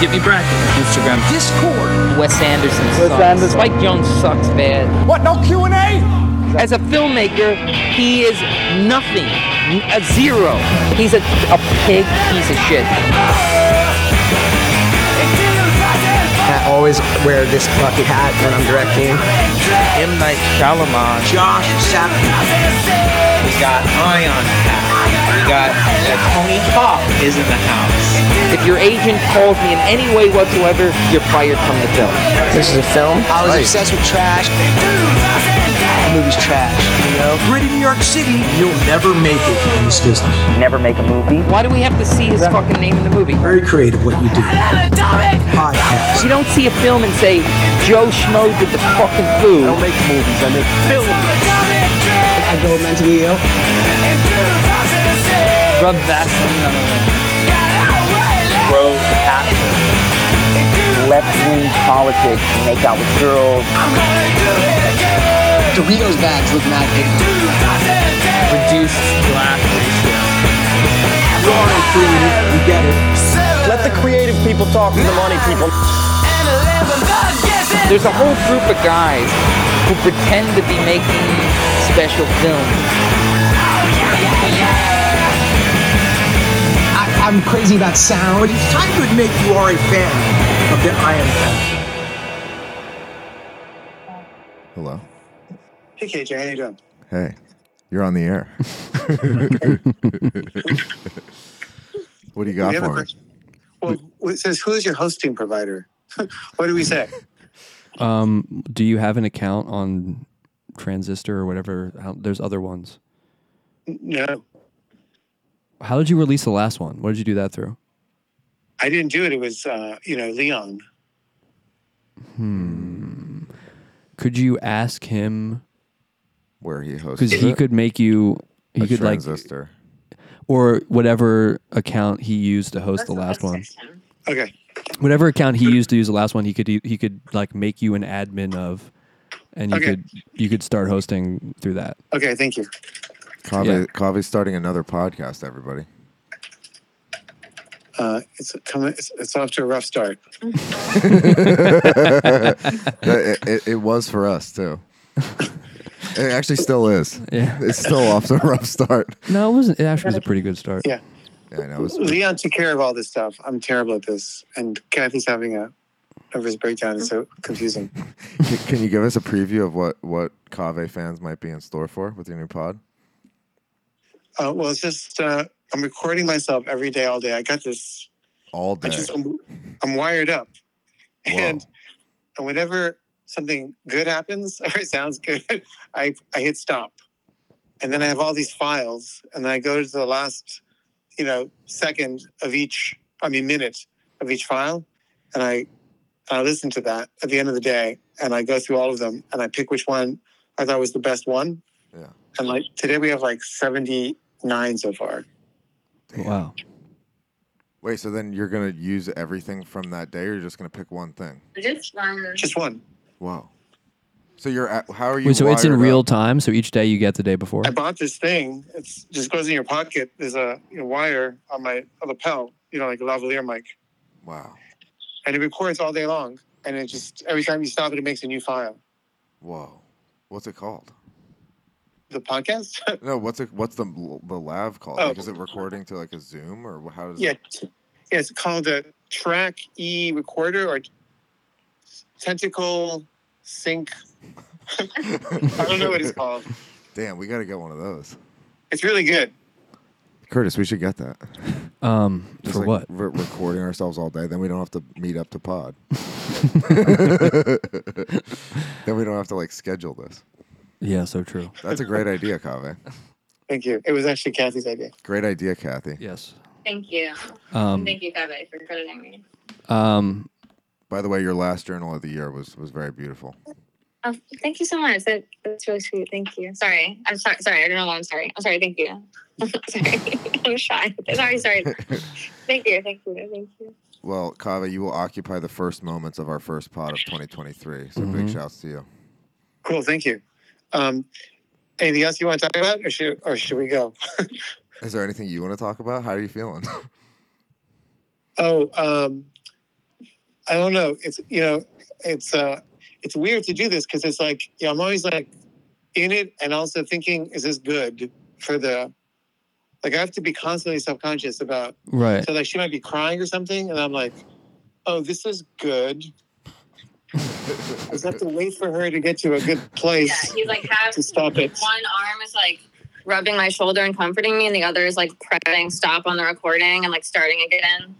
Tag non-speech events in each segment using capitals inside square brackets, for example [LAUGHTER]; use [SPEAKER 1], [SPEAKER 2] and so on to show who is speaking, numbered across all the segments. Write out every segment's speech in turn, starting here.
[SPEAKER 1] Get me Bracket. Instagram.
[SPEAKER 2] Discord.
[SPEAKER 3] Wes Anderson
[SPEAKER 4] Wes
[SPEAKER 3] sucks.
[SPEAKER 4] Anderson.
[SPEAKER 3] Spike Jones sucks bad.
[SPEAKER 2] What? No Q and A?
[SPEAKER 3] As a filmmaker, he is nothing. A zero. He's a, a pig piece of shit.
[SPEAKER 5] I always wear this bucket hat when I'm directing.
[SPEAKER 6] M. Night Shyamalan.
[SPEAKER 5] Josh Sapp.
[SPEAKER 6] We got Ion in the house. We got uh, Tony Hawk is in the house.
[SPEAKER 3] If your agent calls me in any way whatsoever, you're fired from the film.
[SPEAKER 5] This is a film. I was obsessed with trash. The movie's trash, you know?
[SPEAKER 2] Gritty New York City. You'll never make it in this business.
[SPEAKER 3] Never make a movie. Why do we have to see his fucking name in the movie?
[SPEAKER 2] Very creative what you do. Podcast.
[SPEAKER 3] You don't see a film and say, Joe Schmo did the fucking food.
[SPEAKER 2] make movies. I make
[SPEAKER 5] I go mentally ill.
[SPEAKER 3] Rub Vaseline on it.
[SPEAKER 6] Throw the passion.
[SPEAKER 3] Left wing politics, make out with girls.
[SPEAKER 5] Doritos bags look mad big.
[SPEAKER 1] Reduced black ratio.
[SPEAKER 2] You get it.
[SPEAKER 7] Let the creative people talk to the money people.
[SPEAKER 3] There's a whole group of guys who pretend to be making special films.
[SPEAKER 5] I, I'm crazy about
[SPEAKER 2] But
[SPEAKER 5] sound.
[SPEAKER 2] it's time to admit you are a fan of the I Am Fan.
[SPEAKER 8] Hello.
[SPEAKER 9] Hey KJ, how you doing?
[SPEAKER 8] Hey, you're on the
[SPEAKER 10] [LAUGHS]
[SPEAKER 8] air. what do you got
[SPEAKER 9] we have a
[SPEAKER 8] for me?
[SPEAKER 9] question. Well, it says who is your hosting provider? [LAUGHS] what do we
[SPEAKER 8] [LAUGHS]
[SPEAKER 9] say?
[SPEAKER 10] Um, do you have an account on Transistor or whatever? How, there's other ones.
[SPEAKER 9] No,
[SPEAKER 10] How did you release the last one? What did you do that through?
[SPEAKER 9] I didn't do it. It was uh, you know Leon.
[SPEAKER 10] Could you ask him
[SPEAKER 8] Where he hosts
[SPEAKER 10] because he
[SPEAKER 8] it?
[SPEAKER 10] could make you? He
[SPEAKER 8] A
[SPEAKER 10] could like
[SPEAKER 8] transistor.
[SPEAKER 10] or whatever account he used to host the last one.
[SPEAKER 9] Okay,
[SPEAKER 10] Whatever account he used to use the last one, he could he could like make you an admin of, and you
[SPEAKER 9] Okay.
[SPEAKER 10] could you could start hosting through that. [LAUGHS]
[SPEAKER 9] okay, thank you.
[SPEAKER 8] Coffee,
[SPEAKER 10] Yeah.
[SPEAKER 8] Coffee's starting another podcast. Everybody.
[SPEAKER 9] Uh, it's coming. It's, it's off to a rough start.
[SPEAKER 8] it, it, it was for us
[SPEAKER 10] [LAUGHS]
[SPEAKER 8] too. it actually still is.
[SPEAKER 10] Yeah.
[SPEAKER 8] It's still off to a rough
[SPEAKER 10] [LAUGHS]
[SPEAKER 8] start.
[SPEAKER 10] No, it wasn't. It actually was a pretty good start.
[SPEAKER 9] Yeah,
[SPEAKER 8] Yeah, I know. It's,
[SPEAKER 9] Leon took care of all this stuff. I'm terrible at this, and Kathy's having a nervous breakdown. It's so confusing.
[SPEAKER 8] can, can you give us a preview of what what Cave fans might be in store for with your new pod?
[SPEAKER 9] Uh, well, it's just uh, I'm recording myself every day, all day. I got this
[SPEAKER 8] All
[SPEAKER 9] I
[SPEAKER 8] day.
[SPEAKER 9] just I'm, I'm wired up,
[SPEAKER 8] Whoa.
[SPEAKER 9] and and whenever something good happens [LAUGHS] or it sounds good, I I hit stop, and then I have all these files, and then I go to the last, you know, second of each. I mean, minute of each file, and I I listen to that at the end of the day, and I go through all of them, and I pick which one I thought was the best one.
[SPEAKER 8] Yeah.
[SPEAKER 9] And like today, we have like seventy nine so far.
[SPEAKER 10] Wow.
[SPEAKER 8] Wait, so then you're gonna use everything from that day, or you're just gonna pick one thing?
[SPEAKER 9] Just one.
[SPEAKER 8] Wow. So you're at, how are you?
[SPEAKER 10] Wait, so it's in
[SPEAKER 8] wired
[SPEAKER 10] real
[SPEAKER 8] up?
[SPEAKER 10] time. So each day you get the day before.
[SPEAKER 9] I bought this thing. It's just goes in your pocket. There's a you know, wire on my lapel, you know, like a lavalier mic,
[SPEAKER 8] Wow.
[SPEAKER 9] and it records all day long. And it just every time you stop it, it makes a new file.
[SPEAKER 8] Whoa. What's it called?
[SPEAKER 9] The podcast, [LAUGHS]
[SPEAKER 8] No, what's it? What's the the lav called?
[SPEAKER 9] Oh.
[SPEAKER 8] Like, is it recording to like a Zoom or how does?
[SPEAKER 9] yeah, t- yeah, it's called a Track E Recorder or Tentacle Sync. I don't know
[SPEAKER 8] [LAUGHS]
[SPEAKER 9] what it's called.
[SPEAKER 8] Damn, we gotta get one of those.
[SPEAKER 9] It's really good.
[SPEAKER 8] Curtis, we should get that.
[SPEAKER 10] Um,
[SPEAKER 8] Just,
[SPEAKER 10] for
[SPEAKER 8] like,
[SPEAKER 10] what?
[SPEAKER 8] re- recording ourselves all day, then we don't have to meet up to pod. [LAUGHS] then we don't have to like schedule this.
[SPEAKER 10] Yeah, so true.
[SPEAKER 8] That's a great idea, Kave.
[SPEAKER 9] Thank you. It was actually Kathy's idea.
[SPEAKER 8] Great idea, Kathy.
[SPEAKER 10] Yes.
[SPEAKER 11] Thank you.
[SPEAKER 10] Um,
[SPEAKER 11] Thank you, Gabe, for crediting me.
[SPEAKER 10] um,
[SPEAKER 8] By the way, your last journal of the year was was very beautiful.
[SPEAKER 11] Oh, thank you so much. That, that's really sweet. Thank you. Sorry. I'm sorry. Sorry. I don't know why I'm sorry. I'm sorry. Thank you. [LAUGHS] sorry. [LAUGHS] I'm shy.
[SPEAKER 9] [LAUGHS]
[SPEAKER 11] Sorry. Sorry. thank you. Thank you. Thank you.
[SPEAKER 8] Well, Kave, you will occupy the first moments of our first pod of 2023. So big
[SPEAKER 10] Mhm.
[SPEAKER 8] shouts to you.
[SPEAKER 9] Cool. Thank you. Um, anything else you want to talk about, or should or should we go?
[SPEAKER 8] [LAUGHS] Is there anything you want to talk about? How are you feeling?
[SPEAKER 9] Oh, um, I don't know. It's you know, it's uh, it's weird to do this because it's like yeah, I'm always like in it and also thinking, is this good for the? Like I have to be constantly subconscious about.
[SPEAKER 10] Right.
[SPEAKER 9] So like she might be crying or something, and I'm like, oh, this is good. I just have to wait for her to get to a good
[SPEAKER 11] Yeah,
[SPEAKER 9] place.
[SPEAKER 11] he's like half.
[SPEAKER 9] To stop it.
[SPEAKER 11] One arm is like rubbing my shoulder and comforting me, and the other is like pressing stop on the recording and like starting again.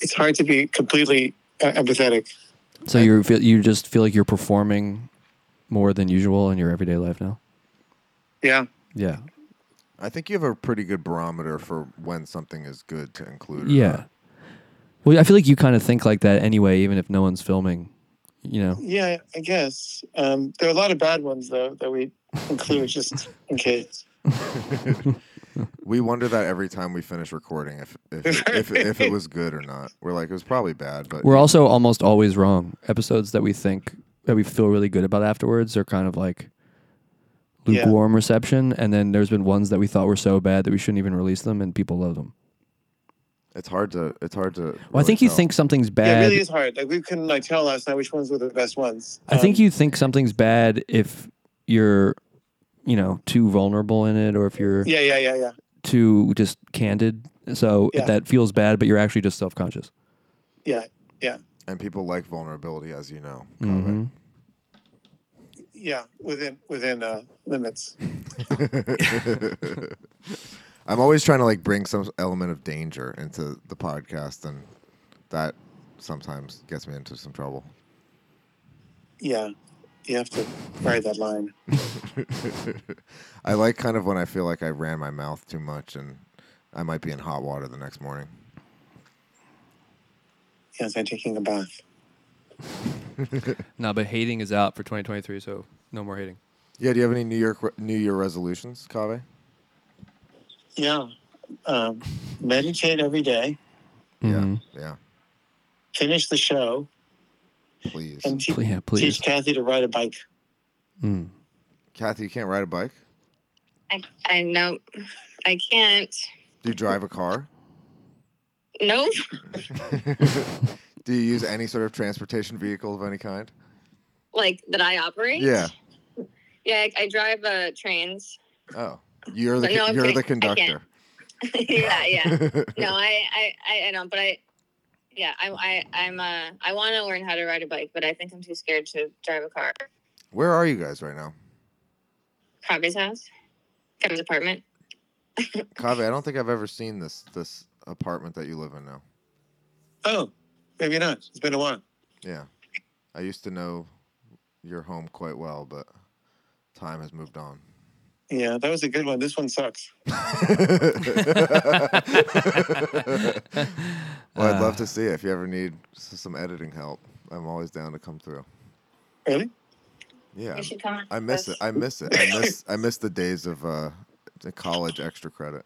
[SPEAKER 9] It's hard to be completely uh, empathetic.
[SPEAKER 10] So you feel you just feel like you're performing more than usual in your everyday life now.
[SPEAKER 9] Yeah.
[SPEAKER 10] Yeah.
[SPEAKER 8] I think you have a pretty good barometer for when something is good to include. or
[SPEAKER 10] Yeah.
[SPEAKER 8] not.
[SPEAKER 10] Well, I feel like you kind of think like that anyway, even if no one's filming. You know.
[SPEAKER 9] Yeah, I guess. Um, there are a lot of bad ones though that we include [LAUGHS] just in case.
[SPEAKER 8] We wonder that every time we finish recording if [LAUGHS] if it- if, if it was good or not. We're like it was probably bad, but
[SPEAKER 10] We're also almost always wrong. Episodes that we think that we feel really good about afterwards are kind of like
[SPEAKER 9] Yeah.
[SPEAKER 10] lukewarm reception, and then there's been ones that we thought were so bad that we shouldn't even release them, and people love them.
[SPEAKER 8] it's hard to it's hard to.
[SPEAKER 10] Well, I
[SPEAKER 8] really
[SPEAKER 10] think you
[SPEAKER 8] tell.
[SPEAKER 10] think something's
[SPEAKER 9] Yeah, it
[SPEAKER 10] bad.
[SPEAKER 9] really is hard. Like we couldn't like tell last night which ones were the best ones.
[SPEAKER 10] I think
[SPEAKER 9] Um,
[SPEAKER 10] you think something's bad if you're, you know, too vulnerable in it, or if you're
[SPEAKER 9] Yeah, yeah, yeah, yeah,
[SPEAKER 10] too just candid. So
[SPEAKER 9] Yeah.
[SPEAKER 10] that feels bad, but you're actually just self conscious.
[SPEAKER 9] yeah,
[SPEAKER 8] and people like vulnerability, as you know.
[SPEAKER 10] hmm
[SPEAKER 9] yeah. Within within uh, limits.
[SPEAKER 8] [LAUGHS] I'm always trying to like bring some element of danger into the podcast, and that sometimes gets me into some trouble.
[SPEAKER 9] Yeah, you have to write that line.
[SPEAKER 8] I like kind of when I feel like I ran my mouth too much, and I might be in hot water the next morning.
[SPEAKER 9] Yes, I'm taking a bath.
[SPEAKER 10] No, but hating is out for 2023, so no more hating.
[SPEAKER 8] Yeah, do you have any New York New Year resolutions, Kaveh?
[SPEAKER 9] Yeah, um, meditate every day.
[SPEAKER 10] Mm-hmm.
[SPEAKER 8] Yeah,
[SPEAKER 9] Finish the show
[SPEAKER 8] please.
[SPEAKER 9] and te-
[SPEAKER 10] Yeah,
[SPEAKER 9] teach
[SPEAKER 10] please.
[SPEAKER 9] Kathy to ride a bike.
[SPEAKER 10] Mm.
[SPEAKER 8] Kathy, you can't ride a bike.
[SPEAKER 11] I I know I can't.
[SPEAKER 8] Do you drive a [LAUGHS] car?
[SPEAKER 11] Nope.
[SPEAKER 8] Do you use any sort of transportation vehicle of any kind?
[SPEAKER 11] Like that I operate.
[SPEAKER 8] Yeah.
[SPEAKER 11] Yeah, I, I drive uh, trains. [LAUGHS]
[SPEAKER 8] Oh, you're the
[SPEAKER 11] No, I'm
[SPEAKER 8] you're the
[SPEAKER 11] kidding. I
[SPEAKER 8] conductor.
[SPEAKER 11] can't. yeah, yeah. No, I, I, I, I don't. But I, yeah, I, I I'm uh, I want to learn how to ride a bike, but I think I'm too scared to drive a car.
[SPEAKER 8] [LAUGHS] Where are you guys right now?
[SPEAKER 11] Kabe's house, Kabe's apartment.
[SPEAKER 8] Kaveh, I don't think I've ever seen this this apartment that you live in now.
[SPEAKER 9] Oh, maybe not. It's been a while.
[SPEAKER 8] Yeah. I used to know your home quite well, but time has moved on.
[SPEAKER 9] Yeah, that was a good one. This one sucks.
[SPEAKER 8] well, I'd love to see it if you ever need s- some editing help. I'm always down to come through.
[SPEAKER 9] Really?
[SPEAKER 8] Yeah.
[SPEAKER 11] You should come.
[SPEAKER 8] Um, I miss it. I miss it. I miss I miss the days of uh the college extra credit.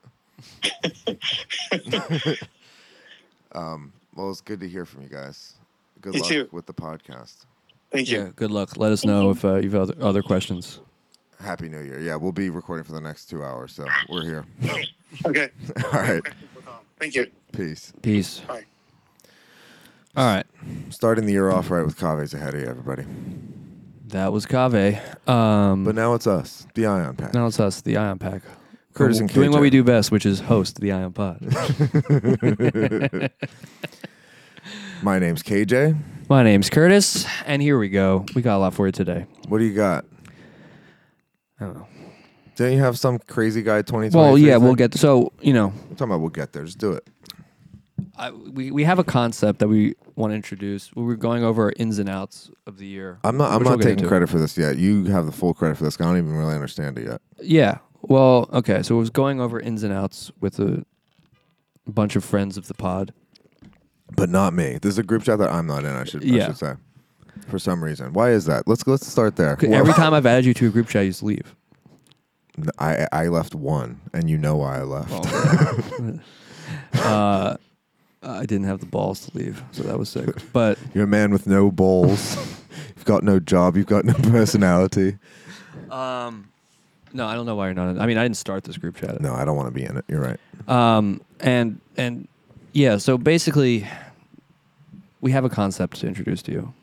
[SPEAKER 8] [LAUGHS] um well it's good to hear from you guys. Good
[SPEAKER 9] You
[SPEAKER 8] luck
[SPEAKER 9] too.
[SPEAKER 8] with the podcast.
[SPEAKER 9] Thank you.
[SPEAKER 10] Yeah, good luck. Let us know if uh, you have other, other questions.
[SPEAKER 8] Happy New Year. Yeah, we'll be recording for the next two hours, so
[SPEAKER 10] Ah.
[SPEAKER 8] we're here. [LAUGHS]
[SPEAKER 9] Okay.
[SPEAKER 8] All right.
[SPEAKER 9] Thank you.
[SPEAKER 8] Peace.
[SPEAKER 10] Peace.
[SPEAKER 9] Bye.
[SPEAKER 10] All right.
[SPEAKER 8] Starting the year off right with Kave's ahead of you, everybody.
[SPEAKER 10] That was Cave. Um,
[SPEAKER 8] But now it's us, the Ion Pack.
[SPEAKER 10] now it's us, the Ion Pack.
[SPEAKER 8] Curtis
[SPEAKER 10] Doing
[SPEAKER 8] and
[SPEAKER 10] doing what
[SPEAKER 8] KJ.
[SPEAKER 10] we do best, which is host the Ion Pod.
[SPEAKER 8] [LAUGHS] My name's KJ.
[SPEAKER 10] My name's Curtis, and here we go. We got a lot for you today.
[SPEAKER 8] What do you got?
[SPEAKER 10] I don't know.
[SPEAKER 8] Don't you have some crazy guy 2020?
[SPEAKER 10] Well, yeah, we'll get so you know
[SPEAKER 8] I'm talking about we'll get there. Just do it.
[SPEAKER 10] I, we we have a concept that we want to introduce. We were going over our ins and outs of the year.
[SPEAKER 8] I'm not. I'm
[SPEAKER 10] which we'll
[SPEAKER 8] not
[SPEAKER 10] get
[SPEAKER 8] taking
[SPEAKER 10] into.
[SPEAKER 8] credit for this yet. You have the full credit for this. 'cause I don't even really understand it yet.
[SPEAKER 10] Yeah. Well, okay. So it was going over ins and outs with a bunch of friends of the pod.
[SPEAKER 8] But not me. This is a group chat that I'm not in. I should. I
[SPEAKER 10] Yeah.
[SPEAKER 8] should say. For some reason, why is that? Let's let's start there.
[SPEAKER 10] 'Cause [LAUGHS] Every time I've added you to a group chat, you just leave.
[SPEAKER 8] I I left one, and you know why I left.
[SPEAKER 10] Oh, uh, I didn't have the balls to leave, so that was sick. [LAUGHS] But
[SPEAKER 8] [LAUGHS] You're a man with no balls. [LAUGHS] you've got no job. You've got no [LAUGHS] personality.
[SPEAKER 10] um, no, I don't know why you're not. In, I mean, I didn't start this group chat.
[SPEAKER 8] No, I don't want to be in it. You're right.
[SPEAKER 10] Um, and and yeah, so basically, we have a concept to introduce to you,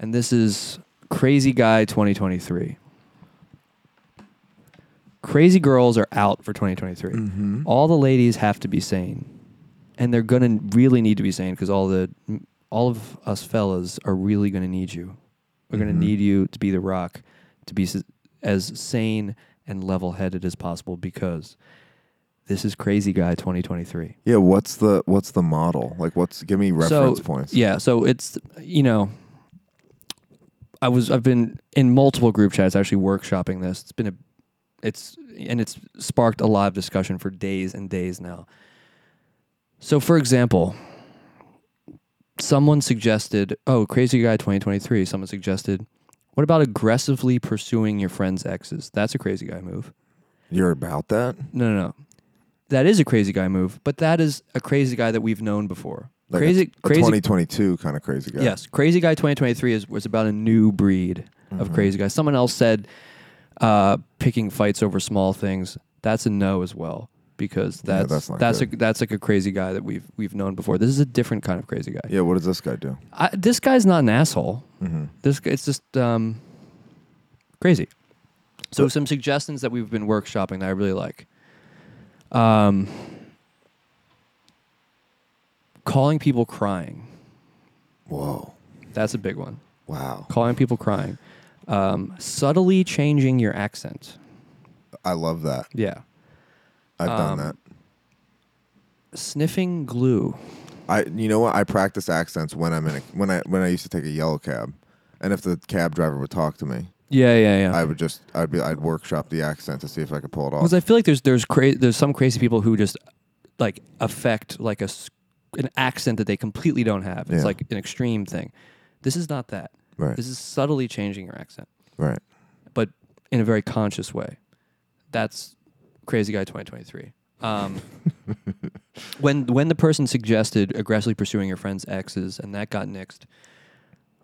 [SPEAKER 10] and this is Crazy Guy 2023. Crazy girls are out for 2023. All the ladies have to be sane, and they're gonna really need to be sane because all the all of us fellas are really gonna need you. We're gonna need you to be the rock, to be s- as sane and level-headed as possible because this is Crazy Guy 2023
[SPEAKER 8] Yeah, what's the what's the model? Like, what's give me reference points?
[SPEAKER 10] yeah so it's you know i was i've been in multiple group chats actually workshopping this it's been a it's and it's sparked a live discussion for days and days now so for example someone suggested oh crazy guy 2023 someone suggested what about aggressively pursuing your friend's exes that's a crazy guy move
[SPEAKER 8] You're about that?
[SPEAKER 10] no no no that is a crazy guy move but that is a crazy guy that we've known before
[SPEAKER 8] Like a-
[SPEAKER 10] crazy
[SPEAKER 8] a,
[SPEAKER 10] crazy
[SPEAKER 8] 2022 kind of crazy guy.
[SPEAKER 10] Yes, Crazy Guy 2023 is was about a new breed
[SPEAKER 8] Mm-hmm.
[SPEAKER 10] of crazy guys. Someone else said uh, picking fights over small things. That's a no as well because that's
[SPEAKER 8] that's not
[SPEAKER 10] that's
[SPEAKER 8] good.
[SPEAKER 10] a, that's like a crazy guy that we've we've known before. This is a different kind of crazy guy.
[SPEAKER 8] Yeah, Mm-hmm. what does this guy do?
[SPEAKER 10] I, this guy's not an asshole. This g- it's just um, crazy. So some suggestions that we've been workshopping that I really like. Um, calling people crying.
[SPEAKER 8] Whoa.
[SPEAKER 10] That's a big one.
[SPEAKER 8] Wow.
[SPEAKER 10] calling people crying, um, subtly changing your accent.
[SPEAKER 8] I love that.
[SPEAKER 10] Yeah,
[SPEAKER 8] I've done
[SPEAKER 10] Um,
[SPEAKER 8] that.
[SPEAKER 10] sniffing glue.
[SPEAKER 8] I you know what? I practice accents when I'm in a, when I when I used to take a yellow cab. And if the cab driver would talk to me,
[SPEAKER 10] Yeah, yeah, yeah.
[SPEAKER 8] I would just I'd be I'd workshop the accent to see if I could pull it off.
[SPEAKER 10] Because I feel like there's there's cra- there's some crazy people who just like affect like a s- an accent that they completely don't have. It's
[SPEAKER 8] Yeah.
[SPEAKER 10] like an extreme thing. This is not that.
[SPEAKER 8] Right.
[SPEAKER 10] This is subtly changing your accent,
[SPEAKER 8] right.
[SPEAKER 10] but in a very conscious way. That's crazy guy 2023. Um, when when the person suggested aggressively pursuing your friend's exes and that got nixed,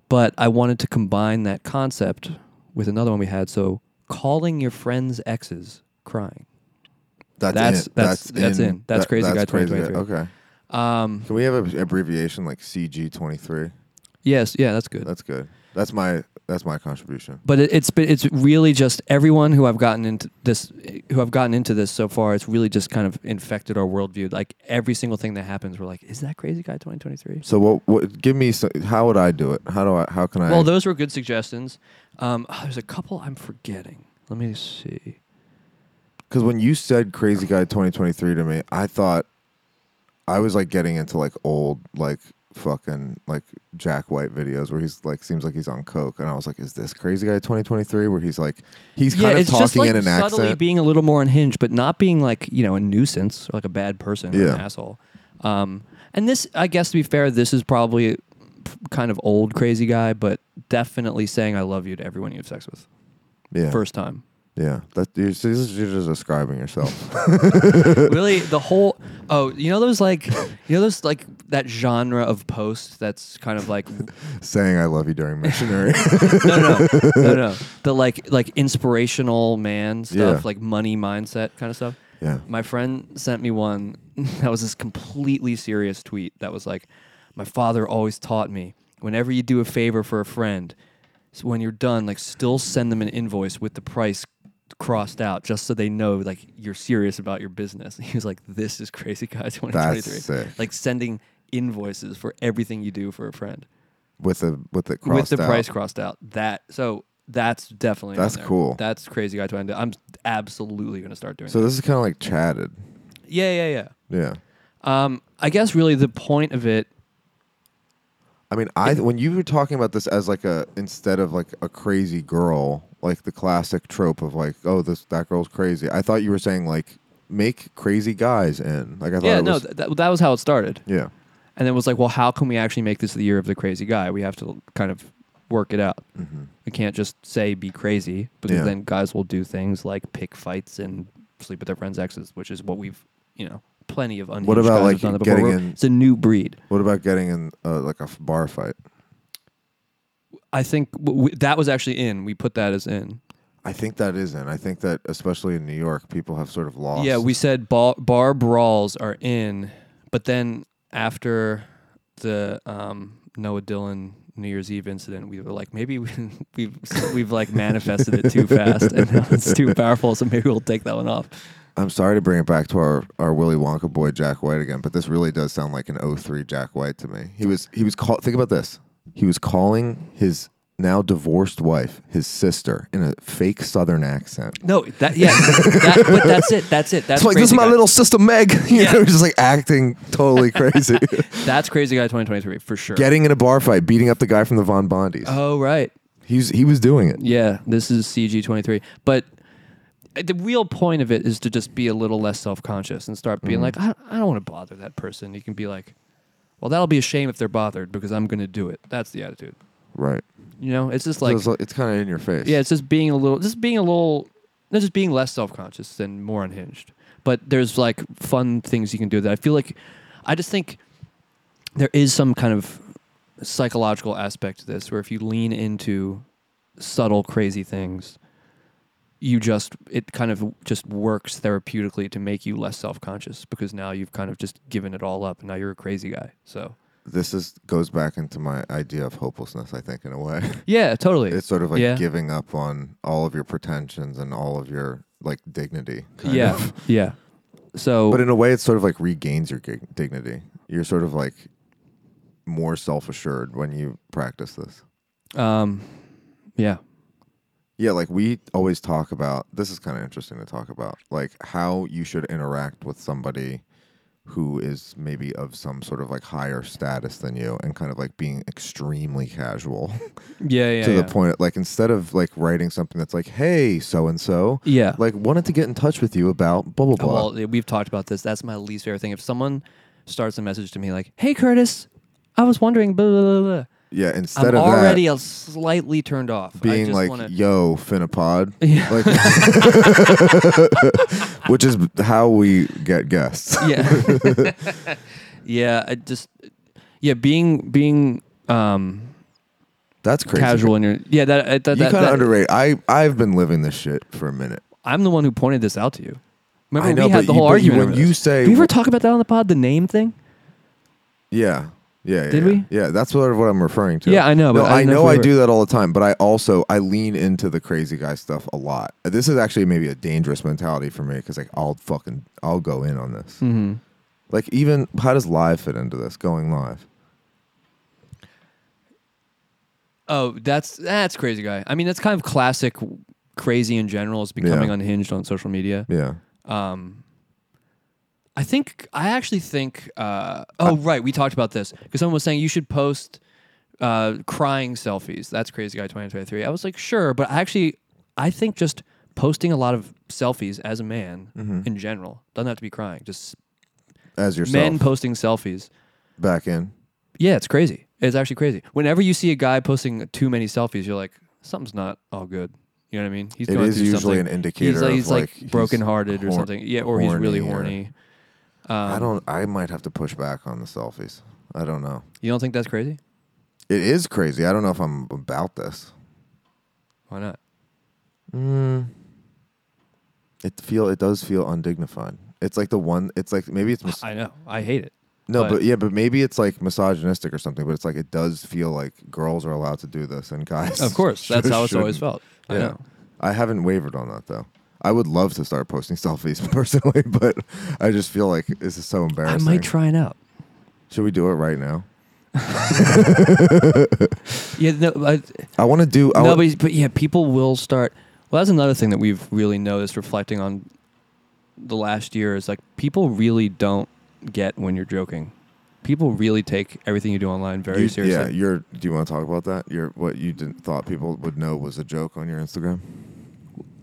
[SPEAKER 10] but I wanted to combine that concept with another one we had. So calling your friend's exes crying.
[SPEAKER 8] That's
[SPEAKER 10] That's-
[SPEAKER 8] in.
[SPEAKER 10] that's- that's in. That's Crazy Guy
[SPEAKER 8] Crazy
[SPEAKER 10] 2023.
[SPEAKER 8] Okay. Um, Can we have an abbreviation like CG twenty three?
[SPEAKER 10] Yes, yeah, that's good.
[SPEAKER 8] That's good. That's my that's my contribution.
[SPEAKER 10] but it, it's been- it's really just everyone who I've gotten into this who I've gotten into this so far. It's really just kind of infected our worldview. Like every single thing that happens, we're like, is that crazy guy 2023?
[SPEAKER 8] So what? What? Give me. Some, how would I do it? How do I? How can I?
[SPEAKER 10] Well, those were good suggestions. Um, there's a couple I'm forgetting. Let me see.
[SPEAKER 8] Because when you said "Crazy Guy 2023" to me, I thought I was like getting into like old like fucking like Jack White videos where he's like seems like he's on coke, and I was like, "Is this Crazy Guy 2023?" Where he's like he's kind of
[SPEAKER 10] it's
[SPEAKER 8] talking
[SPEAKER 10] just like
[SPEAKER 8] in an
[SPEAKER 10] subtly
[SPEAKER 8] accent.
[SPEAKER 10] being a little more unhinged, but not being like you know a nuisance or like a bad person or
[SPEAKER 8] Yeah.
[SPEAKER 10] an asshole. Um, and this, I guess, to be fair, this is probably kind of old crazy guy, but definitely saying "I love you" to everyone you have sex with
[SPEAKER 8] yeah,
[SPEAKER 10] first time.
[SPEAKER 8] yeah. That you're, so this is- you're just describing yourself. [LAUGHS]
[SPEAKER 10] really, the whole oh, you know those like you know those like that genre of post that's kind of like
[SPEAKER 8] saying "I love you" during missionary. [LAUGHS]
[SPEAKER 10] no, no, no, no. The like like inspirational man stuff,
[SPEAKER 8] Yeah.
[SPEAKER 10] like money mindset kind of stuff.
[SPEAKER 8] Yeah.
[SPEAKER 10] My friend sent me one [LAUGHS] that was this completely serious tweet that was like, "My father always taught me whenever you do a favor for a friend, so when you're done, like still send them an invoice with the price." crossed out just so they know like you're serious about your business. [LAUGHS] He was like, This is crazy guy [LAUGHS] 2023.
[SPEAKER 8] sick.
[SPEAKER 10] Like sending invoices for everything you do for a friend
[SPEAKER 8] with the with it
[SPEAKER 10] with
[SPEAKER 8] crossed
[SPEAKER 10] the
[SPEAKER 8] out.
[SPEAKER 10] price crossed out. That so that's definitely on
[SPEAKER 8] That's
[SPEAKER 10] there.
[SPEAKER 8] cool.
[SPEAKER 10] That's crazy guy twenty. I'm absolutely gonna start doing.
[SPEAKER 8] So
[SPEAKER 10] that.
[SPEAKER 8] this is kind of like chatted.
[SPEAKER 10] yeah, yeah,
[SPEAKER 8] Yeah.
[SPEAKER 10] yeah. Um, I guess really the point of it.
[SPEAKER 8] I mean, I when you were talking about this as like a instead of like a crazy girl, like the classic trope of like, oh, this that girl's crazy. I thought you were saying like make crazy guys in. Like I thought
[SPEAKER 10] Yeah,
[SPEAKER 8] it
[SPEAKER 10] no,
[SPEAKER 8] was,
[SPEAKER 10] th- that that was how it started,
[SPEAKER 8] yeah,
[SPEAKER 10] and then it was like, well, how can we actually make this the year of the crazy guy? We have to kind of work it out. We can't just say be crazy because
[SPEAKER 8] Mm-hmm. Yeah.
[SPEAKER 10] then guys will do things like pick fights and sleep with their friends' exes, which is what we've you know plenty of unhinged
[SPEAKER 8] about,
[SPEAKER 10] guys have
[SPEAKER 8] like,
[SPEAKER 10] done that before.
[SPEAKER 8] getting
[SPEAKER 10] We're-
[SPEAKER 8] in-
[SPEAKER 10] It's a new breed.
[SPEAKER 8] What about getting in uh, like a f- bar fight?
[SPEAKER 10] I think w- w- that was actually in. We put that as in.
[SPEAKER 8] I think that is in. I think that especially in New York, people have sort of lost.
[SPEAKER 10] Yeah, we said bar, bar brawls are in, but then after the um, Noah Dylan New Year's Eve incident, we were like, maybe we, [LAUGHS] we've we've like manifested it too fast and now it's too powerful, so maybe we'll take that one off.
[SPEAKER 8] I'm sorry to bring it back to our, our Willy Wonka boy Jack White again, but this really does sound like an 03 Jack White to me. He was he was call think about this. He was calling his now divorced wife his sister in a fake southern accent.
[SPEAKER 10] No, that yeah, that, but that's it. That's it. That's
[SPEAKER 8] It's like this is
[SPEAKER 10] Crazy
[SPEAKER 8] my
[SPEAKER 10] Guy.
[SPEAKER 8] little sister Meg. [LAUGHS] You
[SPEAKER 10] Yeah.
[SPEAKER 8] know, just like acting
[SPEAKER 10] [LAUGHS]
[SPEAKER 8] totally crazy.
[SPEAKER 10] That's crazy guy 2023 for sure.
[SPEAKER 8] Getting in a bar fight, beating up the guy from the Von Bondies.
[SPEAKER 10] oh right.
[SPEAKER 8] He's he was doing it.
[SPEAKER 10] Yeah, this is CG 23. But uh, the real point of it is to just be a little less self conscious and start being like, I, I don't want to bother that person. You can be like, well, that'll be a shame if they're bothered because I'm going to do it. That's the attitude.
[SPEAKER 8] Right.
[SPEAKER 10] You know, it's just
[SPEAKER 8] Like,
[SPEAKER 10] like,
[SPEAKER 8] it's kind of in your face.
[SPEAKER 10] yeah, it's just being a little, just being a little, not just being less self conscious and more unhinged. But there's like fun things you can do that I feel like, I just think there is some kind of psychological aspect to this where if you lean into subtle, crazy things, you just it kind of just works therapeutically to make you less self-conscious because now you've kind of just given it all up and now you're a crazy guy so
[SPEAKER 8] This is goes back into my idea of hopelessness. I think in a way. [LAUGHS]
[SPEAKER 10] yeah totally
[SPEAKER 8] it's sort of like
[SPEAKER 10] yeah
[SPEAKER 8] giving up on all of your pretensions and all of your like dignity. kind
[SPEAKER 10] yeah
[SPEAKER 8] of.
[SPEAKER 10] yeah so
[SPEAKER 8] But in a way, it's sort of like regains your gig- dignity. You're sort of like more self assured when you practice this.
[SPEAKER 10] um yeah
[SPEAKER 8] Yeah, like we always talk about this is kind of interesting to talk about, like how you should interact with somebody who is maybe of some sort of like higher status than you and kind of like being extremely casual [LAUGHS]
[SPEAKER 10] yeah yeah
[SPEAKER 8] to
[SPEAKER 10] yeah.
[SPEAKER 8] the point like instead of like writing something that's like hey so and so
[SPEAKER 10] yeah
[SPEAKER 8] like wanted to get in touch with you about blah blah blah
[SPEAKER 10] well we've talked about this that's my least favorite thing if someone starts a message to me like hey curtis i was wondering blah blah blah, blah.
[SPEAKER 8] yeah instead
[SPEAKER 10] i'm
[SPEAKER 8] of
[SPEAKER 10] already
[SPEAKER 8] that
[SPEAKER 10] a slightly turned off I
[SPEAKER 8] being
[SPEAKER 10] just
[SPEAKER 8] like
[SPEAKER 10] wanna,
[SPEAKER 8] yo finnapod
[SPEAKER 10] [LAUGHS] Yeah.
[SPEAKER 8] like [LAUGHS] which is how we get guests
[SPEAKER 10] yeah
[SPEAKER 8] [LAUGHS]
[SPEAKER 10] yeah i just yeah being being um
[SPEAKER 8] that's crazy
[SPEAKER 10] casual in your yeah that uh, that, that,
[SPEAKER 8] you kind of
[SPEAKER 10] that-
[SPEAKER 8] underrate i i've been living this shit for a minute
[SPEAKER 10] i'm the one who pointed this out to you remember
[SPEAKER 8] I know,
[SPEAKER 10] we had
[SPEAKER 8] but
[SPEAKER 10] the
[SPEAKER 8] you-
[SPEAKER 10] whole
[SPEAKER 8] but you-
[SPEAKER 10] argument
[SPEAKER 8] when
[SPEAKER 10] over
[SPEAKER 8] you
[SPEAKER 10] this.
[SPEAKER 8] say-
[SPEAKER 10] Did we ever talk about that on the pod the name thing
[SPEAKER 8] Yeah. Yeah, yeah,
[SPEAKER 10] Did
[SPEAKER 8] yeah.
[SPEAKER 10] we?
[SPEAKER 8] Yeah, that's sort of what I'm referring to.
[SPEAKER 10] Yeah, I know,
[SPEAKER 8] No,
[SPEAKER 10] but I
[SPEAKER 8] I,
[SPEAKER 10] didn't
[SPEAKER 8] know
[SPEAKER 10] know if we
[SPEAKER 8] I
[SPEAKER 10] were-
[SPEAKER 8] do that all the time, but I also I lean into the crazy guy stuff a lot. This is actually maybe a dangerous mentality for me because like I'll fucking I'll go in on this. Mm-hmm. Like even how does live fit into this? Going live,
[SPEAKER 10] oh that's that's crazy guy i mean that's kind of classic crazy in general is becoming
[SPEAKER 8] Yeah.
[SPEAKER 10] unhinged on social media
[SPEAKER 8] yeah.
[SPEAKER 10] I think I actually think. Uh, oh, right, we talked about this because someone was saying you should post uh, crying selfies. That's crazy guy twenty twenty three. I was like, sure, but I actually, I think just posting a lot of selfies as a man
[SPEAKER 8] Mm-hmm.
[SPEAKER 10] in general doesn't have to be crying. Just
[SPEAKER 8] As yourself,
[SPEAKER 10] men posting selfies.
[SPEAKER 8] back in.
[SPEAKER 10] Yeah, it's crazy. It's actually crazy. Whenever you see a guy posting too many selfies, you're like, something's not all good. You know what I mean? He's
[SPEAKER 8] It is usually an indicator
[SPEAKER 10] He's like,
[SPEAKER 8] of,
[SPEAKER 10] he's like,
[SPEAKER 8] like, he's
[SPEAKER 10] brokenhearted or
[SPEAKER 8] hor-
[SPEAKER 10] something. Yeah, or he's really
[SPEAKER 8] horny or-
[SPEAKER 10] horny. Um,
[SPEAKER 8] I don't. I might have to push back on the selfies. I don't know.
[SPEAKER 10] You don't think that's crazy?
[SPEAKER 8] It is crazy. I don't know if I'm about this.
[SPEAKER 10] Why not?
[SPEAKER 8] It feel it does feel undignified. It's like the one. It's like maybe it's mis-
[SPEAKER 10] I know. I hate it.
[SPEAKER 8] No,
[SPEAKER 10] but-
[SPEAKER 8] but, yeah, but maybe it's like misogynistic or something. But it's like it does feel like girls are allowed to do this, and guys.
[SPEAKER 10] Of course,
[SPEAKER 8] [LAUGHS]
[SPEAKER 10] that's how it's
[SPEAKER 8] shouldn't.
[SPEAKER 10] always felt. I
[SPEAKER 8] Yeah,
[SPEAKER 10] know.
[SPEAKER 8] I haven't wavered on that though. I would love to start posting [LAUGHS] selfies personally, but I just feel like this is so
[SPEAKER 10] I
[SPEAKER 8] embarrassing.
[SPEAKER 10] might try it out.
[SPEAKER 8] Should we do it right now?
[SPEAKER 10] Yeah, no, I,
[SPEAKER 8] I want to do. I
[SPEAKER 10] no,
[SPEAKER 8] wa-
[SPEAKER 10] but, but yeah, people will start. Well, that's another thing that we've really noticed reflecting on the last year is like people really don't get when you're joking. People really take everything you do online very
[SPEAKER 8] you-
[SPEAKER 10] seriously.
[SPEAKER 8] Yeah, you're. Do you want to talk about that? Your what you didn't thought people would know was a joke on your Instagram.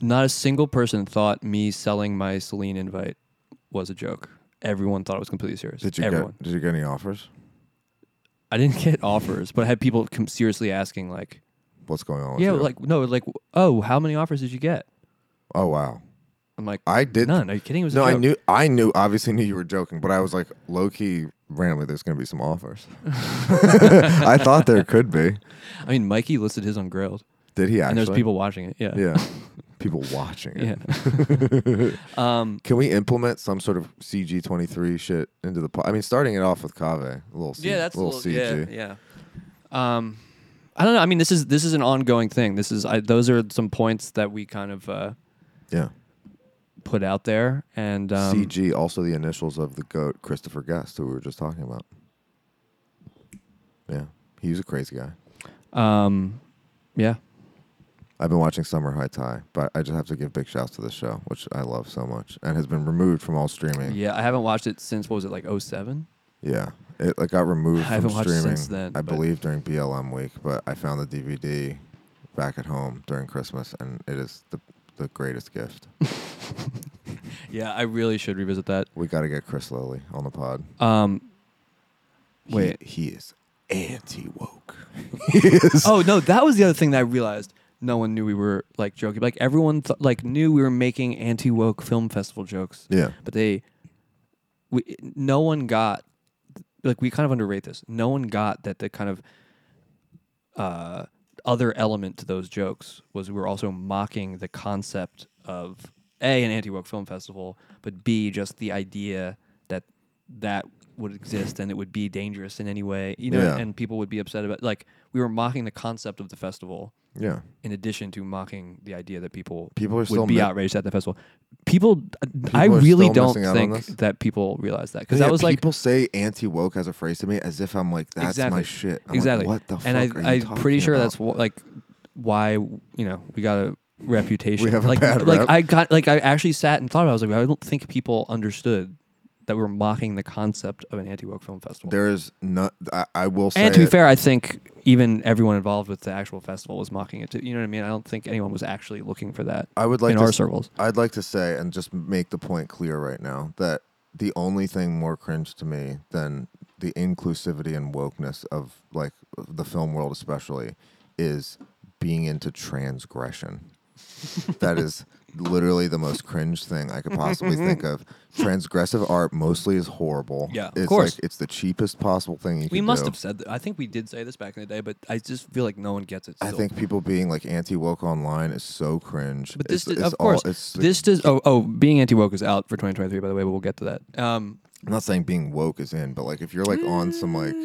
[SPEAKER 10] Not a single person thought me selling my Celine invite was a joke. Everyone thought it was completely serious.
[SPEAKER 8] Did you
[SPEAKER 10] Everyone.
[SPEAKER 8] get? Did you get any offers?
[SPEAKER 10] I didn't get [LAUGHS] offers, but I had people com- seriously asking like,
[SPEAKER 8] What's going on? With
[SPEAKER 10] yeah,
[SPEAKER 8] you?
[SPEAKER 10] like no, like oh, how many offers did you get?
[SPEAKER 8] oh wow.
[SPEAKER 10] I'm like,
[SPEAKER 8] I did
[SPEAKER 10] none. Are you kidding? It was a
[SPEAKER 8] No, I
[SPEAKER 10] joke."
[SPEAKER 8] knew, I knew, obviously knew you were joking, but I was like, low key, randomly, there's gonna be some
[SPEAKER 10] [LAUGHS]
[SPEAKER 8] offers. I thought there could be.
[SPEAKER 10] I mean, Mikey listed his on Grailed,
[SPEAKER 8] Did he actually?
[SPEAKER 10] [LAUGHS] and there's people watching it. Yeah,
[SPEAKER 8] Yeah, people watching it. [LAUGHS]
[SPEAKER 10] Um,
[SPEAKER 8] Can we implement some sort of CG twenty three shit into the? Po- I mean, starting it off with Kave, a little C-
[SPEAKER 10] yeah, that's a
[SPEAKER 8] little,
[SPEAKER 10] little,
[SPEAKER 8] CG.
[SPEAKER 10] yeah, yeah. Um, I don't know. I mean, this is this is an ongoing thing. This is I, those are some points that we kind of uh,
[SPEAKER 8] yeah.
[SPEAKER 10] put out there, and um,
[SPEAKER 8] CG, also the initials of the goat Christopher Guest, who we were just talking about. Yeah, he was a crazy guy.
[SPEAKER 10] um, yeah,
[SPEAKER 8] I've been watching Summer High Tie, but I just have to give big shouts to this show, which I love so much, and has been removed from all streaming.
[SPEAKER 10] yeah. I haven't watched it since what was it like 07?
[SPEAKER 8] Yeah, it like got removed
[SPEAKER 10] I
[SPEAKER 8] from
[SPEAKER 10] haven't watched
[SPEAKER 8] streaming.
[SPEAKER 10] since then,
[SPEAKER 8] I
[SPEAKER 10] but-
[SPEAKER 8] believe during BLM week, but I found the DVD back at home during Christmas, and it is the the greatest
[SPEAKER 10] [LAUGHS]
[SPEAKER 8] gift.
[SPEAKER 10] Yeah, I really should revisit that.
[SPEAKER 8] we got to get Chris Lowly on the pod.
[SPEAKER 10] Um,
[SPEAKER 8] He-
[SPEAKER 10] wait.
[SPEAKER 8] he, is anti
[SPEAKER 10] [LAUGHS]
[SPEAKER 8] woke. he is.
[SPEAKER 10] Oh no, that was the other thing that I realized. No one knew we were like joking. Like everyone th- like knew we were making anti woke film festival jokes.
[SPEAKER 8] Yeah.
[SPEAKER 10] but they, we no one got like we kind of underrate this. No one got that the kind of uh, other element to those jokes was we were also mocking the concept of a an anti woke film festival, but b just the idea that that would exist and it would be dangerous in any way, you know,
[SPEAKER 8] Yeah.
[SPEAKER 10] and people would be upset about like we were mocking the concept of the festival
[SPEAKER 8] Yeah.
[SPEAKER 10] in addition to mocking the idea that people
[SPEAKER 8] People are
[SPEAKER 10] would
[SPEAKER 8] still
[SPEAKER 10] be
[SPEAKER 8] mi-
[SPEAKER 10] outraged at the festival. People, I
[SPEAKER 8] are
[SPEAKER 10] really
[SPEAKER 8] still
[SPEAKER 10] don't
[SPEAKER 8] missing out on
[SPEAKER 10] think
[SPEAKER 8] this.
[SPEAKER 10] that people realize that because
[SPEAKER 8] Yeah,
[SPEAKER 10] that was like
[SPEAKER 8] people say anti woke as a phrase to me as if I'm like that's
[SPEAKER 10] exactly
[SPEAKER 8] my shit. I'm like,
[SPEAKER 10] exactly.
[SPEAKER 8] what the fuck?
[SPEAKER 10] And
[SPEAKER 8] are you
[SPEAKER 10] I, I'm
[SPEAKER 8] talking
[SPEAKER 10] pretty sure
[SPEAKER 8] about?
[SPEAKER 10] that's wh- like why you know we got a reputation.
[SPEAKER 8] We have a
[SPEAKER 10] like,
[SPEAKER 8] bad
[SPEAKER 10] like
[SPEAKER 8] rep.
[SPEAKER 10] I got like I actually sat and thought about. It. I was like, I don't think people understood that we were mocking the concept of an anti woke film festival.
[SPEAKER 8] there is not. I, I will say
[SPEAKER 10] and to be
[SPEAKER 8] it.
[SPEAKER 10] fair, I think even everyone involved with the actual festival was mocking it. Too. You know what I mean? I don't think anyone was actually looking for that.
[SPEAKER 8] I would like
[SPEAKER 10] in
[SPEAKER 8] to
[SPEAKER 10] our
[SPEAKER 8] s-
[SPEAKER 10] circles.
[SPEAKER 8] I'd like to say and just make the point clear right now that the only thing more cringe to me than the inclusivity and wokeness of like the film world especially is being into transgression. that is literally the most cringe thing I could possibly think of. Transgressive art mostly is horrible.
[SPEAKER 10] Yeah, of
[SPEAKER 8] it's
[SPEAKER 10] course.
[SPEAKER 8] like it's the cheapest possible thing you
[SPEAKER 10] We
[SPEAKER 8] can
[SPEAKER 10] must
[SPEAKER 8] do.
[SPEAKER 10] have said that. I think we did say this back in the day, but I just feel like no one gets it.
[SPEAKER 8] I
[SPEAKER 10] still.
[SPEAKER 8] think people being like anti woke online is so cringe.
[SPEAKER 10] But this,
[SPEAKER 8] It's-
[SPEAKER 10] does,
[SPEAKER 8] it's
[SPEAKER 10] of course,
[SPEAKER 8] all, it's
[SPEAKER 10] this does. Oh, oh, being anti woke is out for 2023, by the way. But we'll get to that. Um,
[SPEAKER 8] I'm not saying being woke is in, but like if you're like on some like,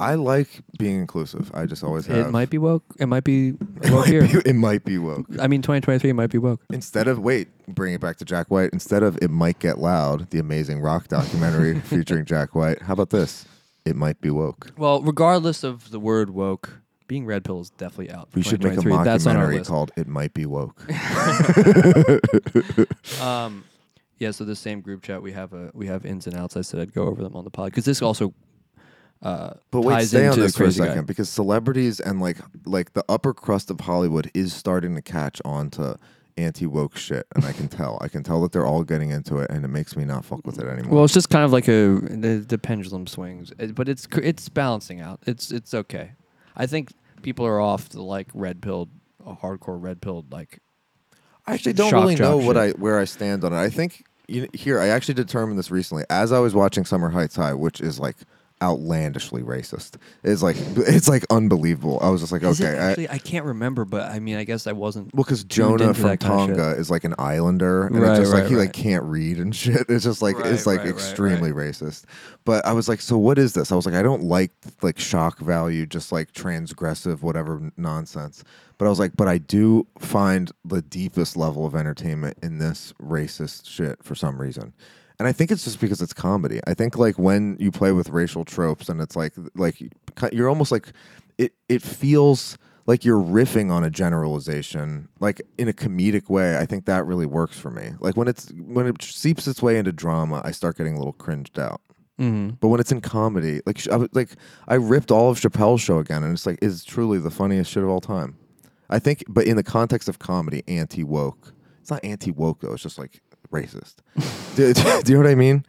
[SPEAKER 8] I like being inclusive. I just always have. [LAUGHS]
[SPEAKER 10] it might be woke. It might be
[SPEAKER 8] It
[SPEAKER 10] woke
[SPEAKER 8] might
[SPEAKER 10] here.
[SPEAKER 8] be, it might be [LAUGHS] woke.
[SPEAKER 10] I mean, 2023 might be woke.
[SPEAKER 8] Instead of wait, bring it back to Jack White. Instead of it might get loud, the amazing rock
[SPEAKER 10] [LAUGHS]
[SPEAKER 8] documentary featuring Jack White. How about this? It might be woke.
[SPEAKER 10] Well, regardless of the word woke, being red pill is definitely out. For
[SPEAKER 8] We should make a
[SPEAKER 10] 2023. That's on our
[SPEAKER 8] mockumentary
[SPEAKER 10] list.
[SPEAKER 8] called "It Might Be Woke."
[SPEAKER 10] Um, yeah. So the same group chat we have a we have ins and outs. I said I'd go over them on the pod because this also. Uh,
[SPEAKER 8] But wait,
[SPEAKER 10] ties
[SPEAKER 8] stay on
[SPEAKER 10] into
[SPEAKER 8] this for a
[SPEAKER 10] Crazy Guy.
[SPEAKER 8] second because celebrities and like like the upper crust of Hollywood is starting to catch on to anti woke shit, and I can tell. I can tell that they're all getting into it, and it makes me not fuck with it anymore.
[SPEAKER 10] Well, it's just kind of like a the, the pendulum swings, It- but it's cr- it's balancing out. It's it's okay. I think people are off the like red pilled, uh, hardcore red pilled. Like
[SPEAKER 8] I actually don't
[SPEAKER 10] shock
[SPEAKER 8] really
[SPEAKER 10] jock
[SPEAKER 8] know what I
[SPEAKER 10] shit.
[SPEAKER 8] where I stand on it. I think you, here I actually determined this recently as I was watching Summer Heights High, which is like outlandishly racist. It's like it's like unbelievable. I was just like,
[SPEAKER 10] is it
[SPEAKER 8] okay, I,
[SPEAKER 10] actually, I, can't remember, but I mean, I guess I wasn't.
[SPEAKER 8] Well, because
[SPEAKER 10] tuned
[SPEAKER 8] Jonah
[SPEAKER 10] into
[SPEAKER 8] from
[SPEAKER 10] that kind of shit.
[SPEAKER 8] Tonga is like an islander, and
[SPEAKER 10] Right,
[SPEAKER 8] it's just
[SPEAKER 10] right,
[SPEAKER 8] like he
[SPEAKER 10] right.
[SPEAKER 8] like can't read and [LAUGHS] shit. It's just like
[SPEAKER 10] Right,
[SPEAKER 8] it's like
[SPEAKER 10] right, right,
[SPEAKER 8] extremely racist. But I was like, so what is this? I was like, I don't like like shock value, just like transgressive whatever n- nonsense. But I was like, but I do find the deepest level of entertainment in this racist shit for some reason. And I think it's just because it's comedy. I think like when you play with racial tropes and it's like like you're almost like it it feels like you're riffing on a generalization like in a comedic way i think that really works for me like when it's when it seeps its way into drama i start getting a little cringed out
[SPEAKER 10] Mhm.
[SPEAKER 8] but when it's in comedy like sh- I, was- like i ripped all of chappelle's show again and it's like it's truly the funniest shit of all time i think but in the context of comedy anti-woke it's not anti-woke though it's just like racist [LAUGHS] do, do you know what i mean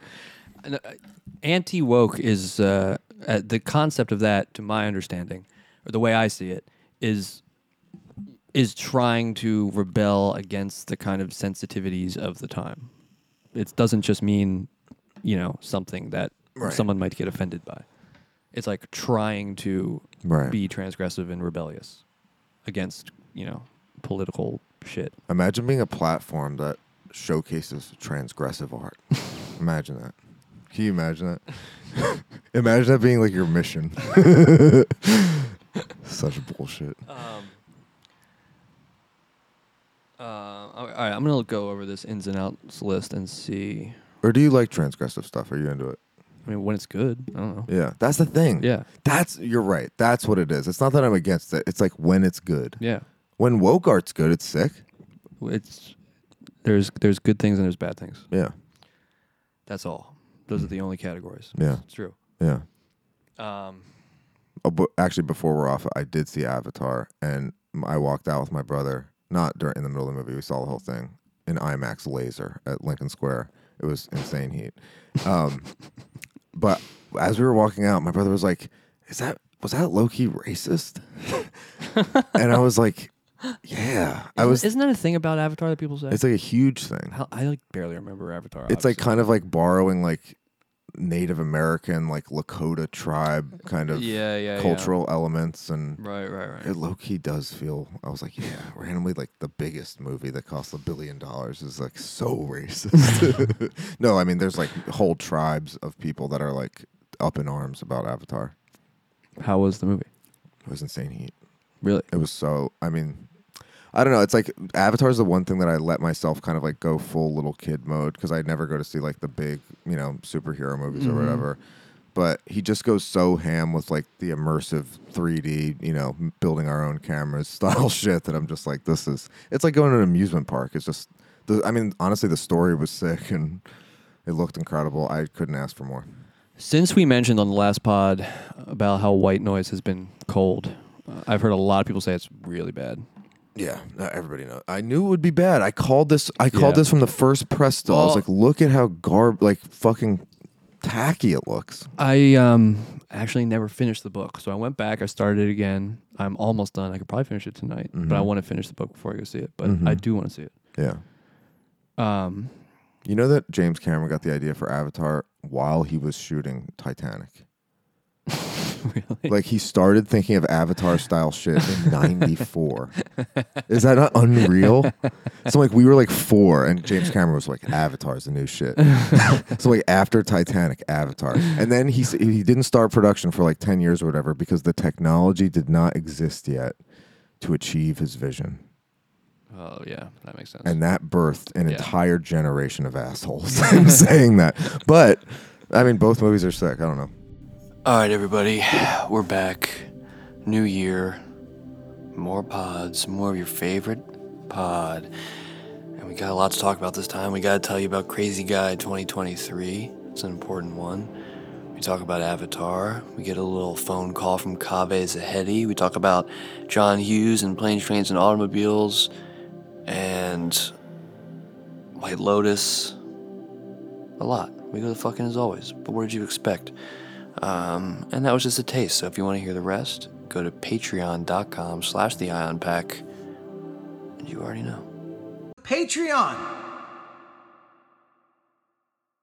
[SPEAKER 10] Anti woke is uh, uh, the concept of that, to my understanding, or the way I see it, is is trying to rebel against the kind of sensitivities of the time. It doesn't just mean, you know, something that
[SPEAKER 8] Right.
[SPEAKER 10] someone might get offended by. It's like trying to
[SPEAKER 8] Right.
[SPEAKER 10] be transgressive and rebellious against, you know, political shit.
[SPEAKER 8] Imagine being a platform that showcases transgressive
[SPEAKER 10] [LAUGHS]
[SPEAKER 8] art. imagine that. Can you imagine that? [LAUGHS] imagine that being like your
[SPEAKER 10] [LAUGHS]
[SPEAKER 8] mission. Such bullshit.
[SPEAKER 10] Uh, all right, I'm gonna go over this ins and outs list and see.
[SPEAKER 8] Or do you like transgressive stuff? Are you into it?
[SPEAKER 10] I mean, when it's good, I don't know.
[SPEAKER 8] Yeah, that's the thing.
[SPEAKER 10] Yeah.
[SPEAKER 8] that's you're right. That's what it is. It's not that I'm against it. It's like when it's good.
[SPEAKER 10] Yeah,
[SPEAKER 8] When woke art's good, it's sick.
[SPEAKER 10] it's there's there's good things and there's bad things.
[SPEAKER 8] Yeah,
[SPEAKER 10] That's all. Those are the only categories.
[SPEAKER 8] Hmm. Yeah.
[SPEAKER 10] it's true.
[SPEAKER 8] yeah.
[SPEAKER 10] Um,
[SPEAKER 8] Oh, but actually, before we're off, I did see Avatar, and m- I walked out with my brother. Not during in the middle of the movie, we saw the whole thing in IMAX laser at Lincoln Square. It was insane heat.
[SPEAKER 10] [LAUGHS]
[SPEAKER 8] Um, but as we were walking out, my brother was like, "Is that was that low key racist?" [LAUGHS] and I was like, "Yeah." I was.
[SPEAKER 10] Isn't that a thing about Avatar that people say?
[SPEAKER 8] It's like a huge thing.
[SPEAKER 10] I, I like barely remember Avatar.
[SPEAKER 8] It's like kind of like borrowing like Native American, like Lakota tribe kind of
[SPEAKER 10] Yeah, yeah, yeah.
[SPEAKER 8] cultural elements and
[SPEAKER 10] right, right, right.
[SPEAKER 8] it low key does feel. I was like, yeah, randomly, like the biggest movie that costs a billion dollars is like so racist. [LAUGHS] no, I mean, there's like whole tribes of people that are like up in arms about Avatar.
[SPEAKER 10] How was the movie?
[SPEAKER 8] It was insane heat.
[SPEAKER 10] Really?
[SPEAKER 8] It was so. I mean, I don't know. It's like Avatar's the one thing that I let myself kind of like go full little kid mode because I never go to see like the big, you know, superhero movies or whatever. But he just goes so ham with like the immersive 3D, you know, m- building our own cameras [LAUGHS] style shit that I'm just like, this is. It's like going to an amusement park. It's just. The, I mean, honestly, the story was sick and it looked incredible. I couldn't ask for more.
[SPEAKER 10] Since we mentioned on the last pod about how white noise has been cold, uh, I've heard a lot of people say it's really bad.
[SPEAKER 8] Yeah, not everybody knows. I knew it would be bad. I called this. I called
[SPEAKER 10] Yeah.
[SPEAKER 8] this from the first press stall. I was
[SPEAKER 10] Well-
[SPEAKER 8] like, look at how garb, like fucking tacky it looks.
[SPEAKER 10] I um actually never finished the book, so I went back. I started it again. I'm almost done. I could probably finish it tonight, but
[SPEAKER 8] Mm-hmm.
[SPEAKER 10] I want to finish the book before I go see it. But I do want to see it.
[SPEAKER 8] Yeah,
[SPEAKER 10] Um,
[SPEAKER 8] you know that James Cameron got the idea for Avatar while he was shooting Titanic.
[SPEAKER 10] really?
[SPEAKER 8] Like he started thinking of Avatar style shit in '94. Is that not unreal? So like we were like four, and James Cameron was like, "Avatar's the new shit." [LAUGHS] so like after Titanic, Avatar, and then he s- he didn't start production for like ten years or whatever because the technology did not exist yet to achieve his vision,
[SPEAKER 10] Oh yeah, that makes sense.
[SPEAKER 8] and that birthed an
[SPEAKER 10] Yeah.
[SPEAKER 8] entire generation of assholes. [LAUGHS] I'm saying that, but I mean both movies are sick. I don't know.
[SPEAKER 10] All right, everybody, we're back. New year, more pods, more of your favorite pod. And we got a lot to talk about this time. We got to tell you about Crazy Guy 2023, it's an important one. We talk about Avatar. We get a little phone call from Kaveh Zahedi. We talk about John Hughes and planes, trains, and automobiles, and White Lotus. A lot. We go to fucking as always. But what did you expect? Um, and that was just a taste. So if you want to hear the rest, go to patreon.com slash the ion pack. And you already know.
[SPEAKER 2] Patreon.